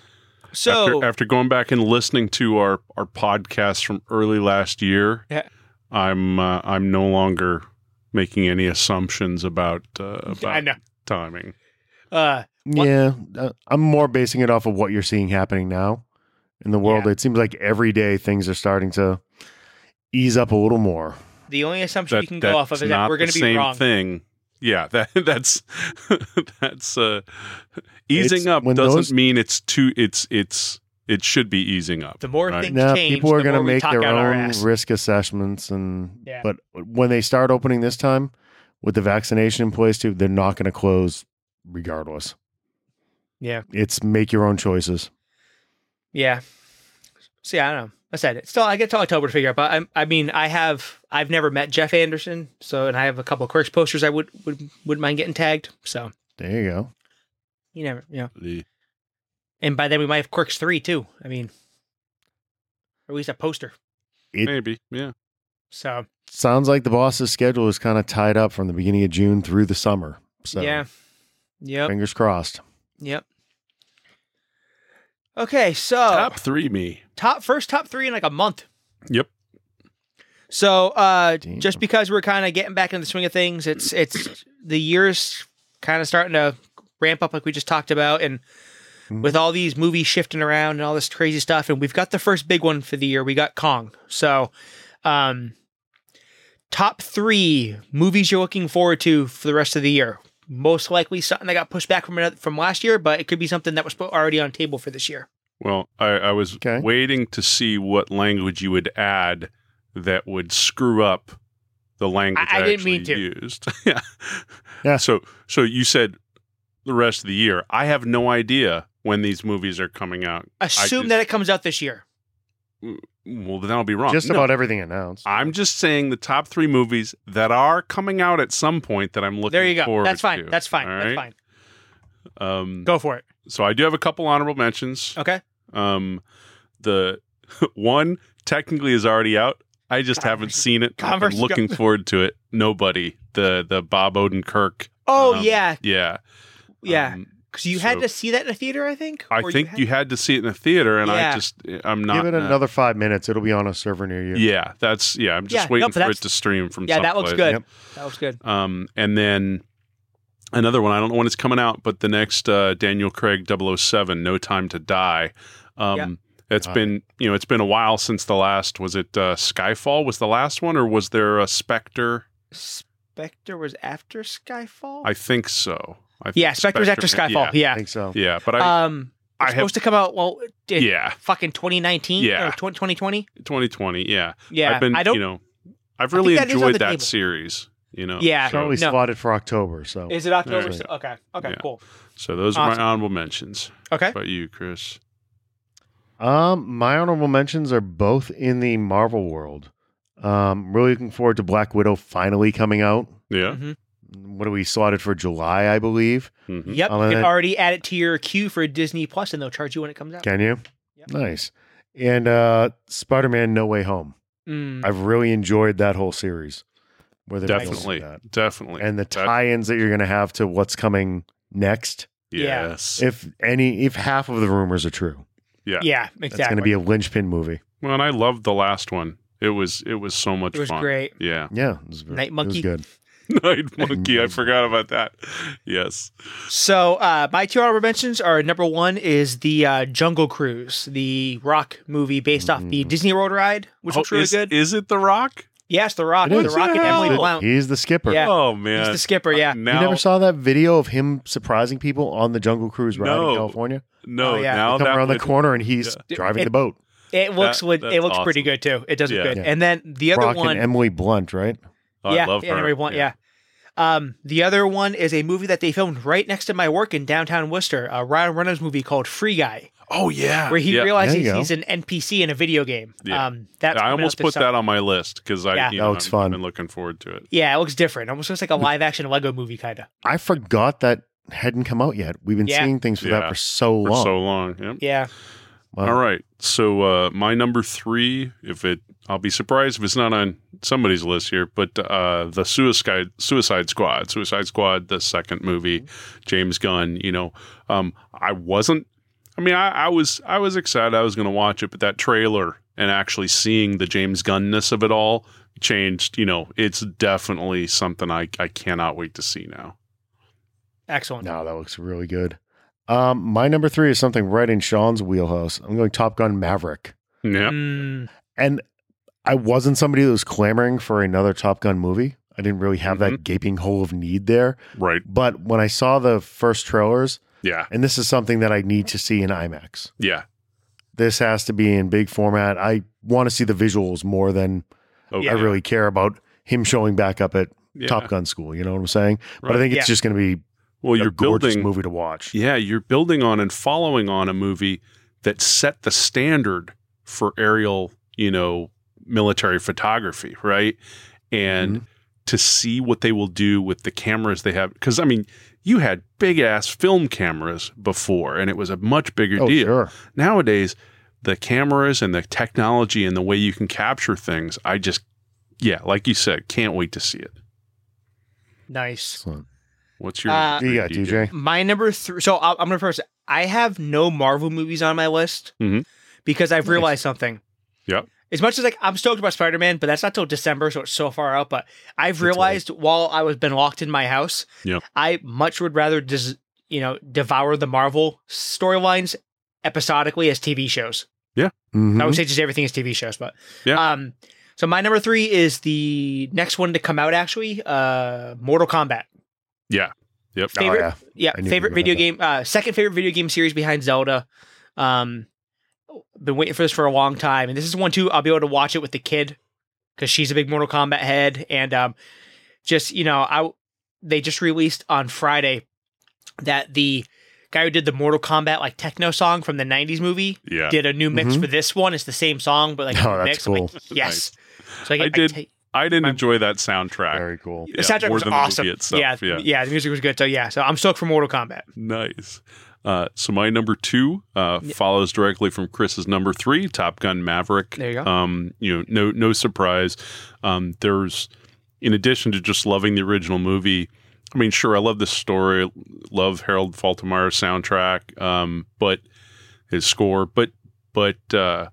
so
after, after going back and listening to our our podcast from early last year,
Yeah.
I'm uh, I'm no longer making any assumptions about uh,
I
about
know.
timing.
Uh, What-
Yeah, uh, I'm more basing it off of what you're seeing happening now in the world.
Yeah.
It seems like every day things are starting to ease up a little more.
the only assumption
That-
you can go off of
that's
is that
not
we're going
the
to be
same
wrong.
thing. Yeah, that that's that's uh, easing
It's-
up
when
doesn't
those-
mean it's too it's it's it should be easing up.
The more
right?
things
Now
change,
people are
the
going to
more we
make
talk
their
out our
own
ass.
risk assessments, and
Yeah.
but when they start opening this time with the vaccination in place too, they're not going to close regardless.
Yeah.
It's make your own choices.
Yeah. See, I don't know. I said it. Still, I get till October to figure out. But I, I mean, I have, I've never met Jeff Anderson, so and I have a couple of Kirk's posters I would would wouldn't mind getting tagged. So
There you go.
you never, you know.
The-
And by then we might have Quirks three too. I mean, or at least a poster.
It-
maybe yeah.
So
Sounds like the boss's schedule is kind of tied up from the beginning of June through the summer. So
yeah, yep,
fingers crossed.
yep. Okay, so
Top three me.
top first top three in like a month.
Yep.
So uh
Damn.
just because we're kind of getting back into the swing of things, it's it's the year's kind of starting to ramp up like we just talked about and
Mhm.
with all these movies shifting around and all this crazy stuff and we've got the first big one for the year. We got Kong. So um top 3 movies you're looking forward to for the rest of the year. Most likely something that got pushed back from another, from last year, but it could be something that was put already on table for this year.
Well, I, I was
Okay.
waiting to see what language you would add that would screw up the language
I
I,
didn't mean
actually
to.
used. yeah.
Yeah.
So so you said the rest of the year. I have no idea when these movies are coming out.
Assume
just-
that it comes out this year.
Well, then I'll be wrong.
Just
No,
about everything announced.
I'm just saying the top three movies that are coming out at some point that I'm looking.
There you go.
forward
That's fine.
to,
That's fine.
all
That's
right?
fine.
Um,
Go for it.
so I do have a couple honorable mentions.
Okay.
Um, the one technically is already out. I just haven't
Converse-
seen it. I'm
Converse-
looking forward to it. Nobody. The the Bob Odenkirk.
Oh
um,
yeah,
Yeah.
yeah.
Um,
Because you had
so-
to see that in a theater, I think.
I
Or
think you had,
had-
to see it in the theater, and
Yeah.
I just I'm not.
Give it
uh,
another five minutes. It'll be on a server near you.
Yeah, that's yeah. I'm just
Yeah, no,
waiting
but
for
that's-
it to stream from.
Yeah, that looks
someplace.
good.
Yep.
That was good.
Um, and then another one. I don't know when it's coming out, but the next uh, Daniel Craig 007, No Time to Die. Um,
Yeah.
It's
Got
been you know it's been a while since the last was it uh, Skyfall was the last one or was there a Spectre?
Spectre was after Skyfall.
I think so. I think
yeah, Spectre was after Skyfall.
Yeah,
I
Yeah.
think so.
yeah but I
Um,
I
it's
have-
supposed to come out. Well, it,
yeah
fucking 2019
Yeah.
or 2020.
2020 yeah.
Yeah,
I've been
I don't.
you know
I
I've
think
really
that is on
enjoyed
the
that
table.
series. You know
Yeah.
It's only
No.
slotted for October. So
is it October?
Alright.
Okay, okay,
Yeah.
cool.
so those are
Awesome.
my honorable mentions.
Okay,
What about you, Chris?
Um, my honorable mentions are both in the Marvel world. Um, really looking forward to Black Widow finally coming out.
Yeah.
Mm-hmm.
Mm-hmm.
What are we slotted for July, I believe?
Mhm.
yep.
I'll
You can
let-
already add it to your queue for Disney Plus, and they'll charge you when it comes out.
Can you?
Yep.
Nice. And uh, Spider Man No Way Home.
Mm,
I've really enjoyed that whole series. Where they're building
Definitely,
that.
definitely.
And the
That-
tie ins that you're going to have to what's coming next.
Yeah.
Yes.
If any, if half of the rumors are true,
yeah.
yeah,
that's going
exactly.
to be a linchpin movie.
Well, and I loved the last one. It was it was so much
it was
fun.
great.
Yeah.
Yeah. It was, ver-
Night
it was
Monkey.
good.
Night Monkey. I forgot about that. Yes.
So uh, my two honorable mentions are number one is the uh, Jungle Cruise, the Rock movie based off the
Mhm.
Disney World ride, which
Oh,
looks really
is,
good.
Is it The Rock?
yes, the Rock,
It
the
is.
Rock, and Emily
Yeah.
Blunt.
He's the skipper.
Yeah.
Oh man.
He's the skipper. Yeah,
Now,
you never saw that video of him surprising people on the Jungle Cruise ride
No.
in California?
no.
Oh, yeah.
They
Now
come
that
around
would-
the corner and he's
Yeah.
driving
It-
the boat.
it looks
That-
would it
that's
looks pretty
awesome.
good too. It does look
Yeah. Oh,
good.
Yeah.
And then the other
Brock
one,
and Emily Blunt, right?
I
yeah,
love
yeah,
her.
Henry Blunt, yeah. Um, the other one is a movie that they filmed right next to my work in downtown Worcester, a Ryan Reynolds movie called Free Guy,
Oh yeah.
where he
yeah.
realizes
There you go.
he's an NPC in a video game.
Yeah.
Um, that's
I
coming
almost
out this
put
summer.
that on my list because I
Yeah.
you
That
know,
looks
I'm-
fun.
I've been looking forward to it.
Yeah, it looks different. Almost looks like a live action Lego movie, kind of.
I forgot that hadn't come out yet. We've been
Yeah.
seeing things for
Yeah.
that for so
For
long.
so long. Yep.
Yeah.
Wow.
All right. So uh, my number three, if it, I'll be surprised if it's not on somebody's list here, but uh, the Suicide Suicide Squad, Suicide Squad, the second movie, James Gunn. You know, um, I wasn't. I mean, I, I was I was excited I was going to watch it, but that trailer and actually seeing the James Gunnness of it all changed. You know, it's definitely something I I cannot wait to see now.
Excellent.
No, that looks really good. Um, my number three is something right in Sean's wheelhouse. I'm going Top Gun Maverick.
Yeah.
Mm,
And I wasn't somebody that was clamoring for another Top Gun movie. I didn't really have
Mm-hmm.
that gaping hole of need there.
Right.
But when I saw the first trailers,
Yeah.
and this is something that I need to see in IMAX.
Yeah.
this has to be in big format. I want to see the visuals more than
Oh,
Yeah.
I really care about him showing back up at
yeah.
Top Gun school. You know what I'm saying? But I
Right.
think it's
Yeah.
just going to be
Well,
a
you're
gorgeous
building
movie to watch.
Yeah, you're building on and following on a movie that set the standard for aerial, you know, military photography, right? And
Mm-hmm.
to see what they will do with the cameras they have cuz I mean, you had big ass film cameras before and it was a much bigger
oh,
deal.
sure.
Nowadays, the cameras and the technology and the way you can capture things, I just yeah, like you said, can't wait to see it.
nice.
Excellent.
What's your
Uh,
What do you got, DJ?
My number three. So I'll, I'm gonna first. I have no Marvel movies on my list
Mm-hmm.
Mhm.
because I've
Nice.
realized something.
Yep.
As much as like I'm stoked about Spider Man, but that's not till December, so it's so far out. But I've
all right.
realized while I was been locked in my house,
Yep.
I much would rather just you know devour the Marvel storylines episodically as TV shows. I would
Mhm.
say just everything is TV shows, but
Yeah.
Um, so my number three is the next one to come out. Actually, uh, Mortal Kombat.
Yeah. Yep.
Oh,
favorite-
yeah.
Yeah,
I knew you
favorite
were
video
gonna
game. Uh, second favorite video game series behind Zelda. Um, been waiting for this for a long time, and this is one too. I'll be able to watch it with the kid because she's a big Mortal Kombat head, and um, just you know, I they just released on Friday that the guy who did the Mortal Kombat like techno song from the '90s movie
Yeah.
did a new mix
Mhm.
for this one. It's the same song, but like
Oh,
a new
that's
mix. I'm like,
cool.
yes, so I,
I
get,
did-
I take-
I didn't
My-
enjoy that soundtrack.
Very cool.
yeah,
the soundtrack
more
was
than the movie
awesome.
itself,
yeah,
yeah.
yeah, the music was good. So yeah, so I'm stoked for Mortal Kombat.
Nice. Uh, so my number two uh,
Yeah.
follows directly from Chris's number three, Top Gun Maverick.
There you go.
Um, you know, no no surprise. Um, there's, in addition to just loving the original movie, I mean, sure, I love the story, love Harold Faltermeyer's soundtrack, um, but his score, but but uh,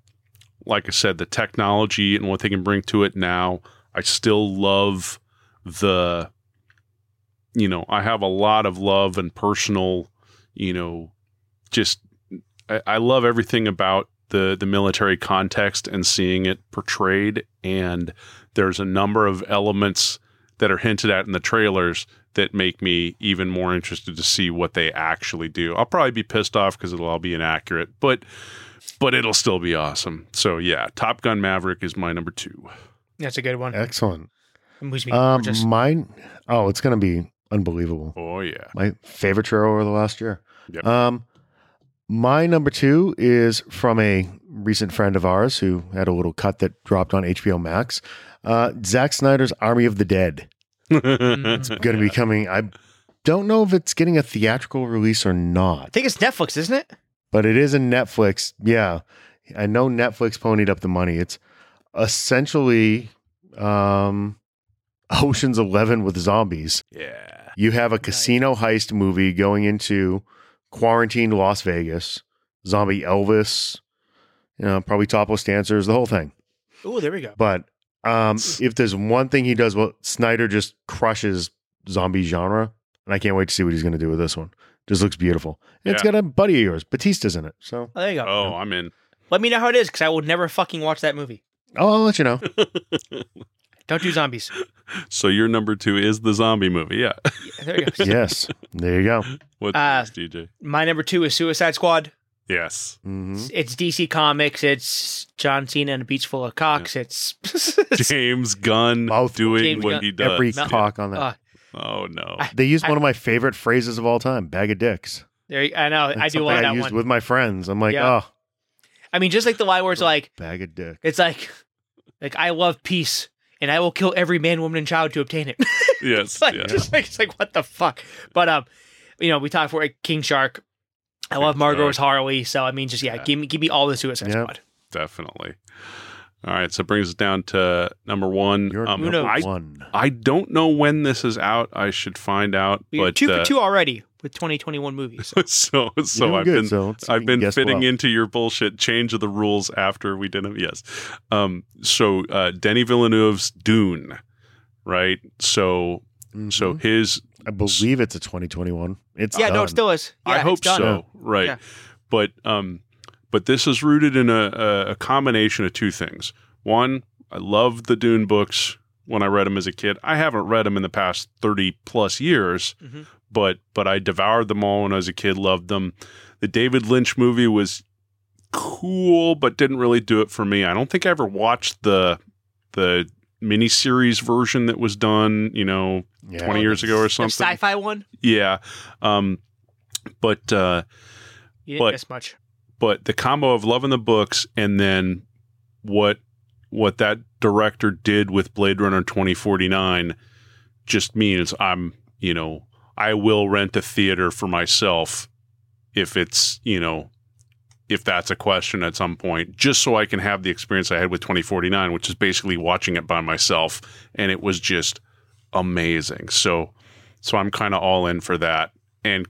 like I said, the technology and what they can bring to it now, I still love the you know, I have a lot of love and personal, you know, just I, I love everything about the the military context and seeing it portrayed. And there's a number of elements that are hinted at in the trailers that make me even more interested to see what they actually do. I'll probably be pissed off because it'll all be inaccurate, but but it'll still be awesome. So yeah, Top Gun Maverick is my number two.
That's a good one.
Excellent.
It moves me
Um,
gorgeous.
mine. Oh, it's gonna be unbelievable.
Oh yeah.
My favorite trailer over the last year.
Yep.
Um, my number two is from a recent friend of ours who had a little cut that dropped on HBO Max. Uh, Zack Snyder's Army of the Dead. Going to be coming. I don't know if it's getting a theatrical release or
I
not,
think it's Netflix, isn't it?
but it is a Netflix. Yeah, I know Netflix ponied up the money. It's essentially um, Ocean's Eleven with zombies.
Yeah.
You have a
Nice.
casino heist movie going into quarantined Las Vegas, zombie Elvis, you know, probably topless dancers, the whole thing.
Oh, there we go.
But um, if there's one thing he does, well, Snyder just crushes zombie genre, and I can't wait to see what he's going to do with this one. Just looks beautiful. And It's
Yeah.
got a buddy of yours, Batista's in it. So,
Oh, there you go.
Oh, I'm in.
Let me know how it is because I will never fucking watch that movie.
oh, I'll let you know.
Don't do zombies.
So your number two is the zombie movie. Yeah.
Yeah, there you go.
yes, there you go.
What's
Uh,
yours, DJ?
My number two is Suicide Squad.
Yes.
hmm
It's DC Comics. It's John Cena and a beach full of cocks. It's
James Gunn
Mouth-
doing
James
what
Gunn.
he does.
Every
No.
cock on that.
Uh,
oh no.
I-
they used
I-
one of my favorite phrases of all time: "bag of dicks."
there. you- I know. I
That's
do
something
love
I
that
used
one.
with my friends. I'm like,
Yeah.
oh,
I mean, just like the line where it's like,
bag of dicks.
it's like, like I love peace and I will kill every man, woman, and child to obtain it.
yes.
it's like
yeah.
just like it's like what the fuck. But um, you know, we talked for like, King Shark. I love
King
Margot
Shark.
as Harley. So I mean, just yeah,
Yeah.
give me give me all the Suicide
Yeah.
Squad.
Definitely. All right. So it brings us down to number one.
You're
Um,
Uno.
number
I
one.
I don't know when this is out. I should find out.
We're
but
two
uh,
for two already with 2021 movies.
so
You're
so
doing
I've
good,
been
so let's see if
I've
you
been
can guess
fitting
well.
into your bullshit change of the rules after we did it. Yes. Um. So uh, Denny Villeneuve's Dune, right? So so
Mhm.
his
I believe it's a 2021. It's
yeah, no,
done.
it still is. Yeah,
I
it's
hope
done.
so. Right.
Yeah.
But um but this is rooted in a, a, a combination of two things. One, I love the Dune books when I read them as a kid. I haven't read them in the past 30 plus years,
Mhm.
but but I devoured them all when I was a kid, loved them. The David Lynch movie was cool, but didn't really do it for me. I don't think I ever watched the the miniseries version that was done, you know,
Yeah.
20 years ago or
The
something.
sci-fi one.
Yeah. Um but uh
You didn't
But-
miss much.
but the combo of loving the books and then what what that director did with Blade Runner 2049 just means I'm, you know, I will rent a theater for myself if it's, you know, if that's a question at some point, just so I can have the experience I had with 2049, which is basically watching it by myself and it was just amazing. So so I'm kind of all in for that and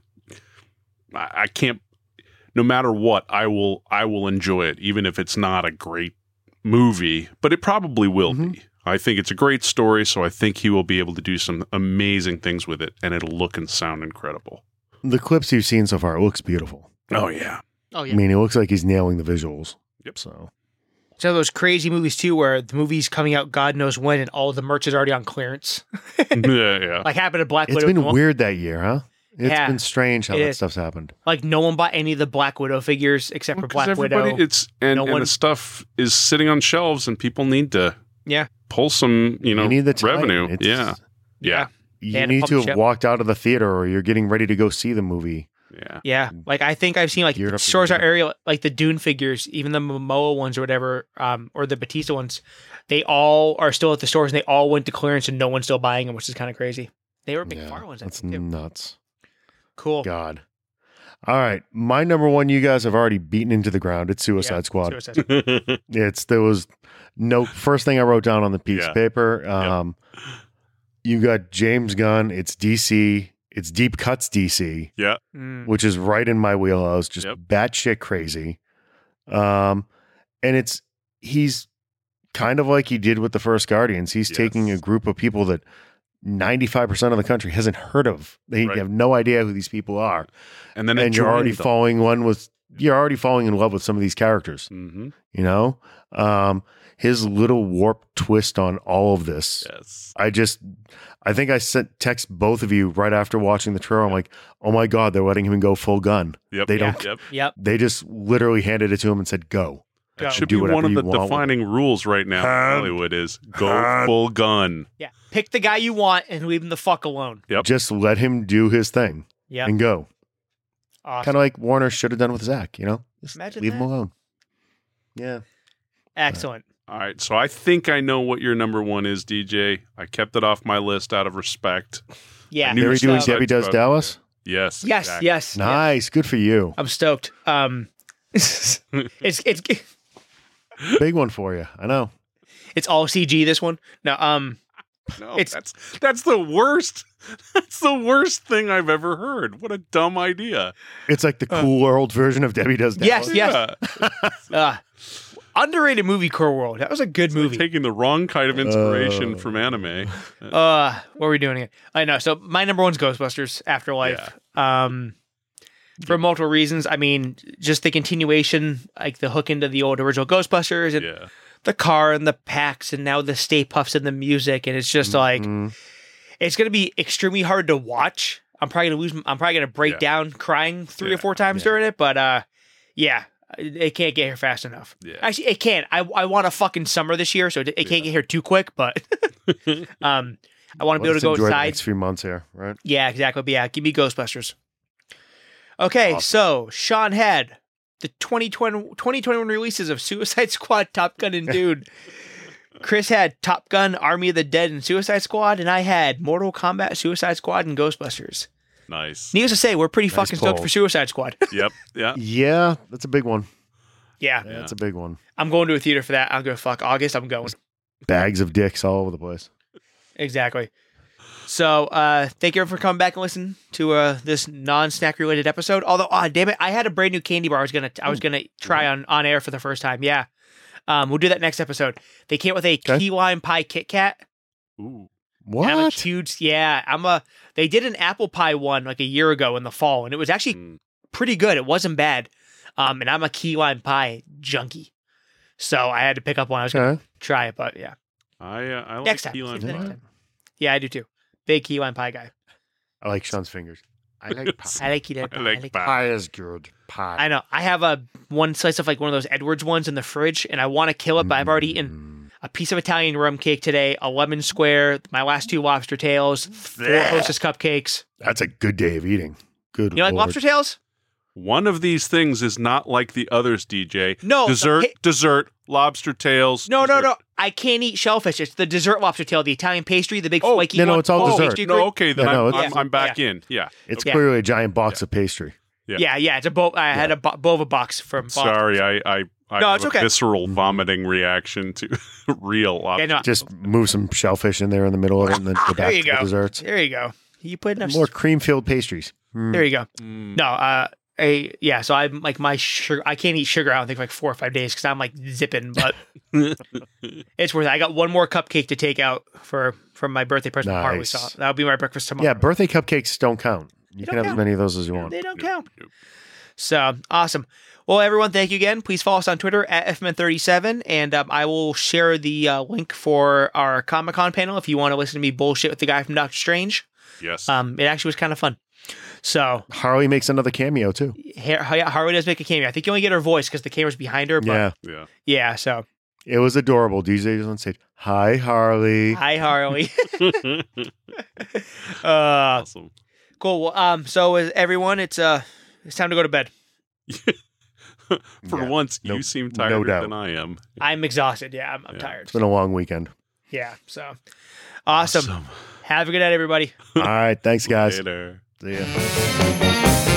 I, I can't no matter what i will i will enjoy it even if it's not a great movie but it probably will be i think it's a great story so i think he will be able to do some amazing things with it and it'll look and sound incredible
The clips you've seen so far it looks beautiful.
oh yeah
Oh yeah.
I mean, it looks like he's nailing the visuals.
Yep.
So
So those crazy movies too, where the movie's coming out God knows when, and all the merch is already on clearance.
yeah yeah
Like happened to Black
it's
Widow.
been
No one-
weird that year, huh? It's
Yeah.
been strange how
It
that
is.
stuff's happened.
Like no one bought any of the Black Widow figures except for
Because
Black Widow.
everybody- it's and,
No
and
one-
the stuff is sitting on shelves and people need to
Yeah.
pull some, you know,
you need the time.
revenue.
It's-
yeah. Yeah.
They
You
had to
need
pump
to have
ship.
walked out of the theater, or you're getting ready to go see the movie.
Yeah.
Yeah,
Mm.
like I think I've seen like
Geared up to
stores
do
our
it.
area, like the Dune figures, even the Momoa ones or whatever, um, or the Batista ones. They all are still at the stores, and they all went to clearance, and no one's still buying them, which is kind of crazy. They were
Yeah,
McFarlane's. I
That's
think, too. Oh.
nuts.
Cool.
God. All right, my number one. You guys have already beaten into the ground. It's Suicide
Yeah,
Squad.
Suicide Squad.
It's there was no first thing I wrote down on the piece
Yeah.
of paper. Um, You got James Gunn. It's DC. It's deep cuts DC,
Mm.
which is right in my wheelhouse. Just
Yep.
batshit crazy. Um, and it's he's kind of like he did with the first Guardians. He's
Yes.
taking a group of people that ninety five percent of the country hasn't heard of. They
Right.
have no idea who these people are,
and then
and, you're already
falling.
falling one with you're already falling in love with some of these characters
hmm
you know um his little warp twist on all of this
Yes.
i just i think i sent text both of you right after watching the trailer i'm like oh my god they're letting him go full gun
Yep.
They
Yeah.
don't-
Yep.
Yep.
they just literally handed it to him and said go
Go.
That should
Do
be
whatever
one of
you
the
want with
defining rules right now. in
Hand.
Hollywood is go
Hand.
full gun.
Yeah. Pick the guy you want and leave him the fuck alone.
Yep.
just let him do his thing
Yeah.
and go
Awesome.
kind of like warner should have done with zach you know just
Imagine
leave him
that.
alone yeah
Excellent.
All right, so I think I know what your number one is, DJ. I kept it off my list out of respect.
Yeah.
I knew
they were
Huge
doing
stuff.
debbie does
Huge
dallas
Yes.
Yes.
exactly.
Yes. yeah.
nice good for you
I'm stoked. Um, it's it's
big one for you i know
it's all CG. This one. No. Um.
No,
It's-
that's that's the worst. That's the worst thing I've ever heard. What a dumb idea.
it's like the
Uh.
cooler old version of debbie does dallas
Yes, yes.
Yeah,
Uh, underrated movie, Core World. That was a good movie.
taking the wrong kind of inspiration
Oh.
from anime.
Uh, what are we doing again? I know. So my number one's Ghostbusters Afterlife. Um, for multiple reasons. I mean, just the continuation, like the hook into the old original Ghostbusters, and
Yeah,
the car and the packs, and now the Stay Puffs and the music, and it's just like
Mm-hmm.
Mhm.
it's gonna be extremely hard to watch. I'm probably gonna lose. I'm probably gonna break
Yeah.
down crying three
Yeah,
or four times
yeah.
during it. But uh, yeah, it it can't get here fast enough.
yeah.
Actually, it can. I I want a fucking summer this year, so it, it can't get here too quick. But um, I want to be able
Let's
to go
enjoy The
inside.
next few months here, right?
Yeah, exactly. But yeah, give me Ghostbusters. Okay,
Awesome.
so Sean had the 2020, 2021 releases of Suicide Squad, Top Gun, and Dude. Chris had Top Gun, Army of the Dead, and Suicide Squad, and I had Mortal Kombat, Suicide Squad, and Ghostbusters.
nice.
Needless to say, we're pretty
Nice
fucking stoked
poll.
for Suicide Squad.
Yep. Yeah.
Yeah, that's a big one.
yeah,
Yeah.
That's a big one.
I'm going to a theater for that. I'll go fuck August. I'm going.
Bags of dicks all over the place.
Exactly. So uh thank you everyone for coming back and listening to uh this non-snack related episode. Although ah damn it, I had a brand new candy bar I was gonna I was gonna try on on air for the first time. Yeah. Um we'll do that next episode. They came with a
Okay.
key lime pie Kit Kat.
Ooh.
and I'm a
What?
huge yeah, I'm a they did an apple pie one like a year ago in the fall and it was actually
Mm.
pretty good. It wasn't bad. Um and I'm a key lime pie junkie. So I had to pick up one. I was gonna
Okay.
try it, but yeah.
I uh, I like
Next time.
key lime
Save it
pie.
next time. Yeah, I do too. Big key lime pie guy.
I like Sean's fingers. I like pie.
I like you.
I like pie.
pie is good. Pie.
I know. I have a one slice of like one of those Edwards ones in the fridge, and I want to kill it, but I've already eaten
Mm.
a piece of Italian rum cake today, a lemon square, my last two lobster tails, four
Blech.
Hostess cupcakes.
That's a good day of eating. Good.
You know, like
Lord.
lobster tails?
One of these things is not like the others, DJ.
No, Oh, the
dessert,
pa-
dessert, lobster tails.
No, no,
dessert.
no. I can't eat shellfish. It's the dessert lobster tail, the Italian pastry, the big
Oh,
flaky
no, no,
one.
it's all
Oh,
dessert.
pastry
No,
group.
okay, then
Yeah,
I'm,
no,
I'm,
it's-
I'm back in. Yeah.
It's
Yeah.
clearly a giant box of pastry.
yeah.
Yeah, yeah. It's a bo- I had a bo- boba box from Boston.
Sorry, I, I, I
No,
have
it's
a
okay.
visceral vomiting reaction to real
Yeah,
lobster.
no,
Just move some shellfish in there in the middle of it, and then go back
you
to the
go.
desserts.
there you go. You put enough.
More cream-filled pastries. Mm.
There you go.
Mm.
No, uh, I, yeah. So I'm like my sugar. I can't eat sugar. I don't think for like four or five days because I'm like zipping. But it's worth. it. I got one more cupcake to take out for from my birthday present. Nice. Harley
Nice.
saw. That'll be my breakfast tomorrow.
Yeah, birthday cupcakes don't count. You
don't
can have as
count.
many of those as you want.
they don't
Yep,
count.
yep.
So awesome. Well, everyone, thank you again. Please follow us on Twitter at fmn37, and um, I will share the uh, link for our Comic Con panel if you want to listen to me bullshit with the guy from Doctor Strange.
Yes.
Um, it actually was kind of fun. So
Harley makes another cameo too.
Har- Harley does make a cameo. I think you only get her voice because the camera's behind her. But
Yeah.
yeah.
Yeah, so
It was adorable. DJ was on stage. Hi, Harley.
Hi, Harley. uh,
awesome.
cool. Well, um, so is everyone, it's uh, it's time to go to bed.
For
Yeah.
once,
No-
you seem
no
tired
doubt.
than I am.
I'm exhausted. Yeah, I'm, I'm
Yeah.
tired.
It's been a long weekend.
Yeah. So awesome. Have a good night, everybody.
All right. Thanks, guys.
Later.
See ya.